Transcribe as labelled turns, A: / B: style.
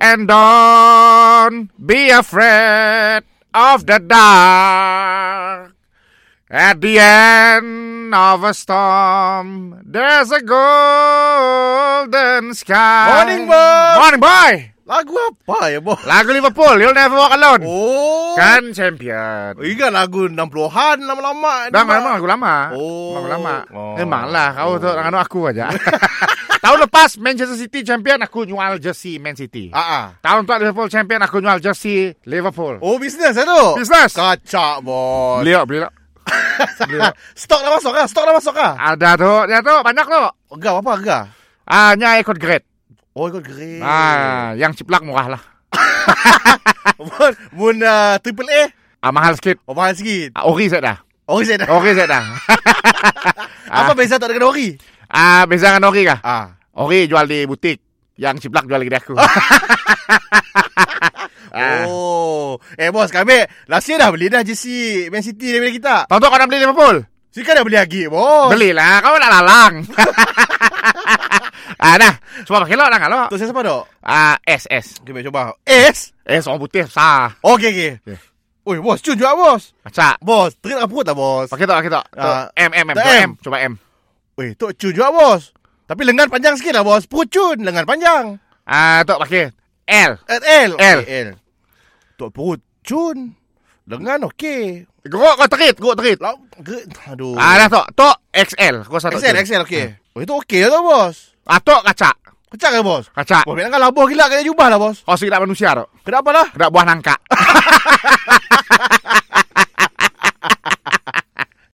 A: and don't be afraid of the dark. At the end of a storm, there's a golden sky.
B: Morning, Bob!
A: Morning, boy!
B: Lagu apa ya, Bo?
A: Lagu Liverpool, You'll Never Walk Alone.
B: Oh.
A: Kan champion.
B: Ingat lagu 60-an lama-lama. ni,
A: Dah
B: Mak.
A: memang lagu lama.
B: Oh.
A: Memang lama.
B: Oh.
A: Memanglah kau tu dengan aku aja. Tahun lepas Manchester City champion aku nyual jersey Man City.
B: Ah, ah.
A: Tahun tu Liverpool champion aku nyual jersey Liverpool.
B: Oh, bisnes eh tu?
A: Business.
B: Kacak, Bo.
A: Beli lah. tak, beli tak. Beli lah. tak.
B: Stok dah masuk kah? Stok dah masuk kah?
A: Ada Ah, tu, dia tu banyak tu.
B: Agak apa agak?
A: Ah, nya ikut grade.
B: Oh, ikut grade.
A: Ah, yang ciplak murah lah.
B: Mun, mun uh, triple A.
A: Ah, mahal sikit.
B: Oh, mahal sikit.
A: Ah, ori saya dah.
B: Ori saya dah.
A: Ori saya dah.
B: Apa beza tak dengan ori?
A: Ah, beza dengan ori kah?
B: Ah.
A: Ori jual di butik. Yang ciplak jual di kedai aku. ah.
B: Oh. Eh, bos, kami last year dah beli dah JC Man City daripada kita.
A: Tahu tu kau nak beli Liverpool?
B: Sekarang dah beli lagi,
A: Oh.
B: bos.
A: Belilah, kau nak lalang. ah, nah, cuba pakai lo lah kalau.
B: Tu saya siapa dok?
A: Ah, S S.
B: Okay, baik, cuba. S.
A: S orang putih sah.
B: Okey, okey.
A: Yeah.
B: Oi, bos, cun juga, bos.
A: Macam
B: Bos, terik dalam perut tak, bos?
A: Pakai tak, pakai tak. Tu,
B: Ah,
A: M M M.
B: tak,
A: Cuba
B: M.
A: M. Cuba M.
B: Oi, tu cun juga, bos. Tapi lengan panjang sikit lah, bos. Perut cun, lengan panjang.
A: Ah, tu pakai L.
B: Eh, L.
A: L.
B: Okey, L. Tu perut cun. Lengan okey.
A: Geruk kau terit, geruk terit.
B: Lau, ge, aduh.
A: Ah, dah Ah. tu. Tu XL. Kau satu.
B: XL,
A: tu.
B: XL, okey. Oh, itu okey lah tu, bos.
A: Ah, tu kaca.
B: Kecak ke, bos?
A: Kaca.
B: Bos, memang labuh gila kena jubah lah, bos.
A: Kau sikit manusia tu.
B: Kenapa lah?
A: Kena buah nangka.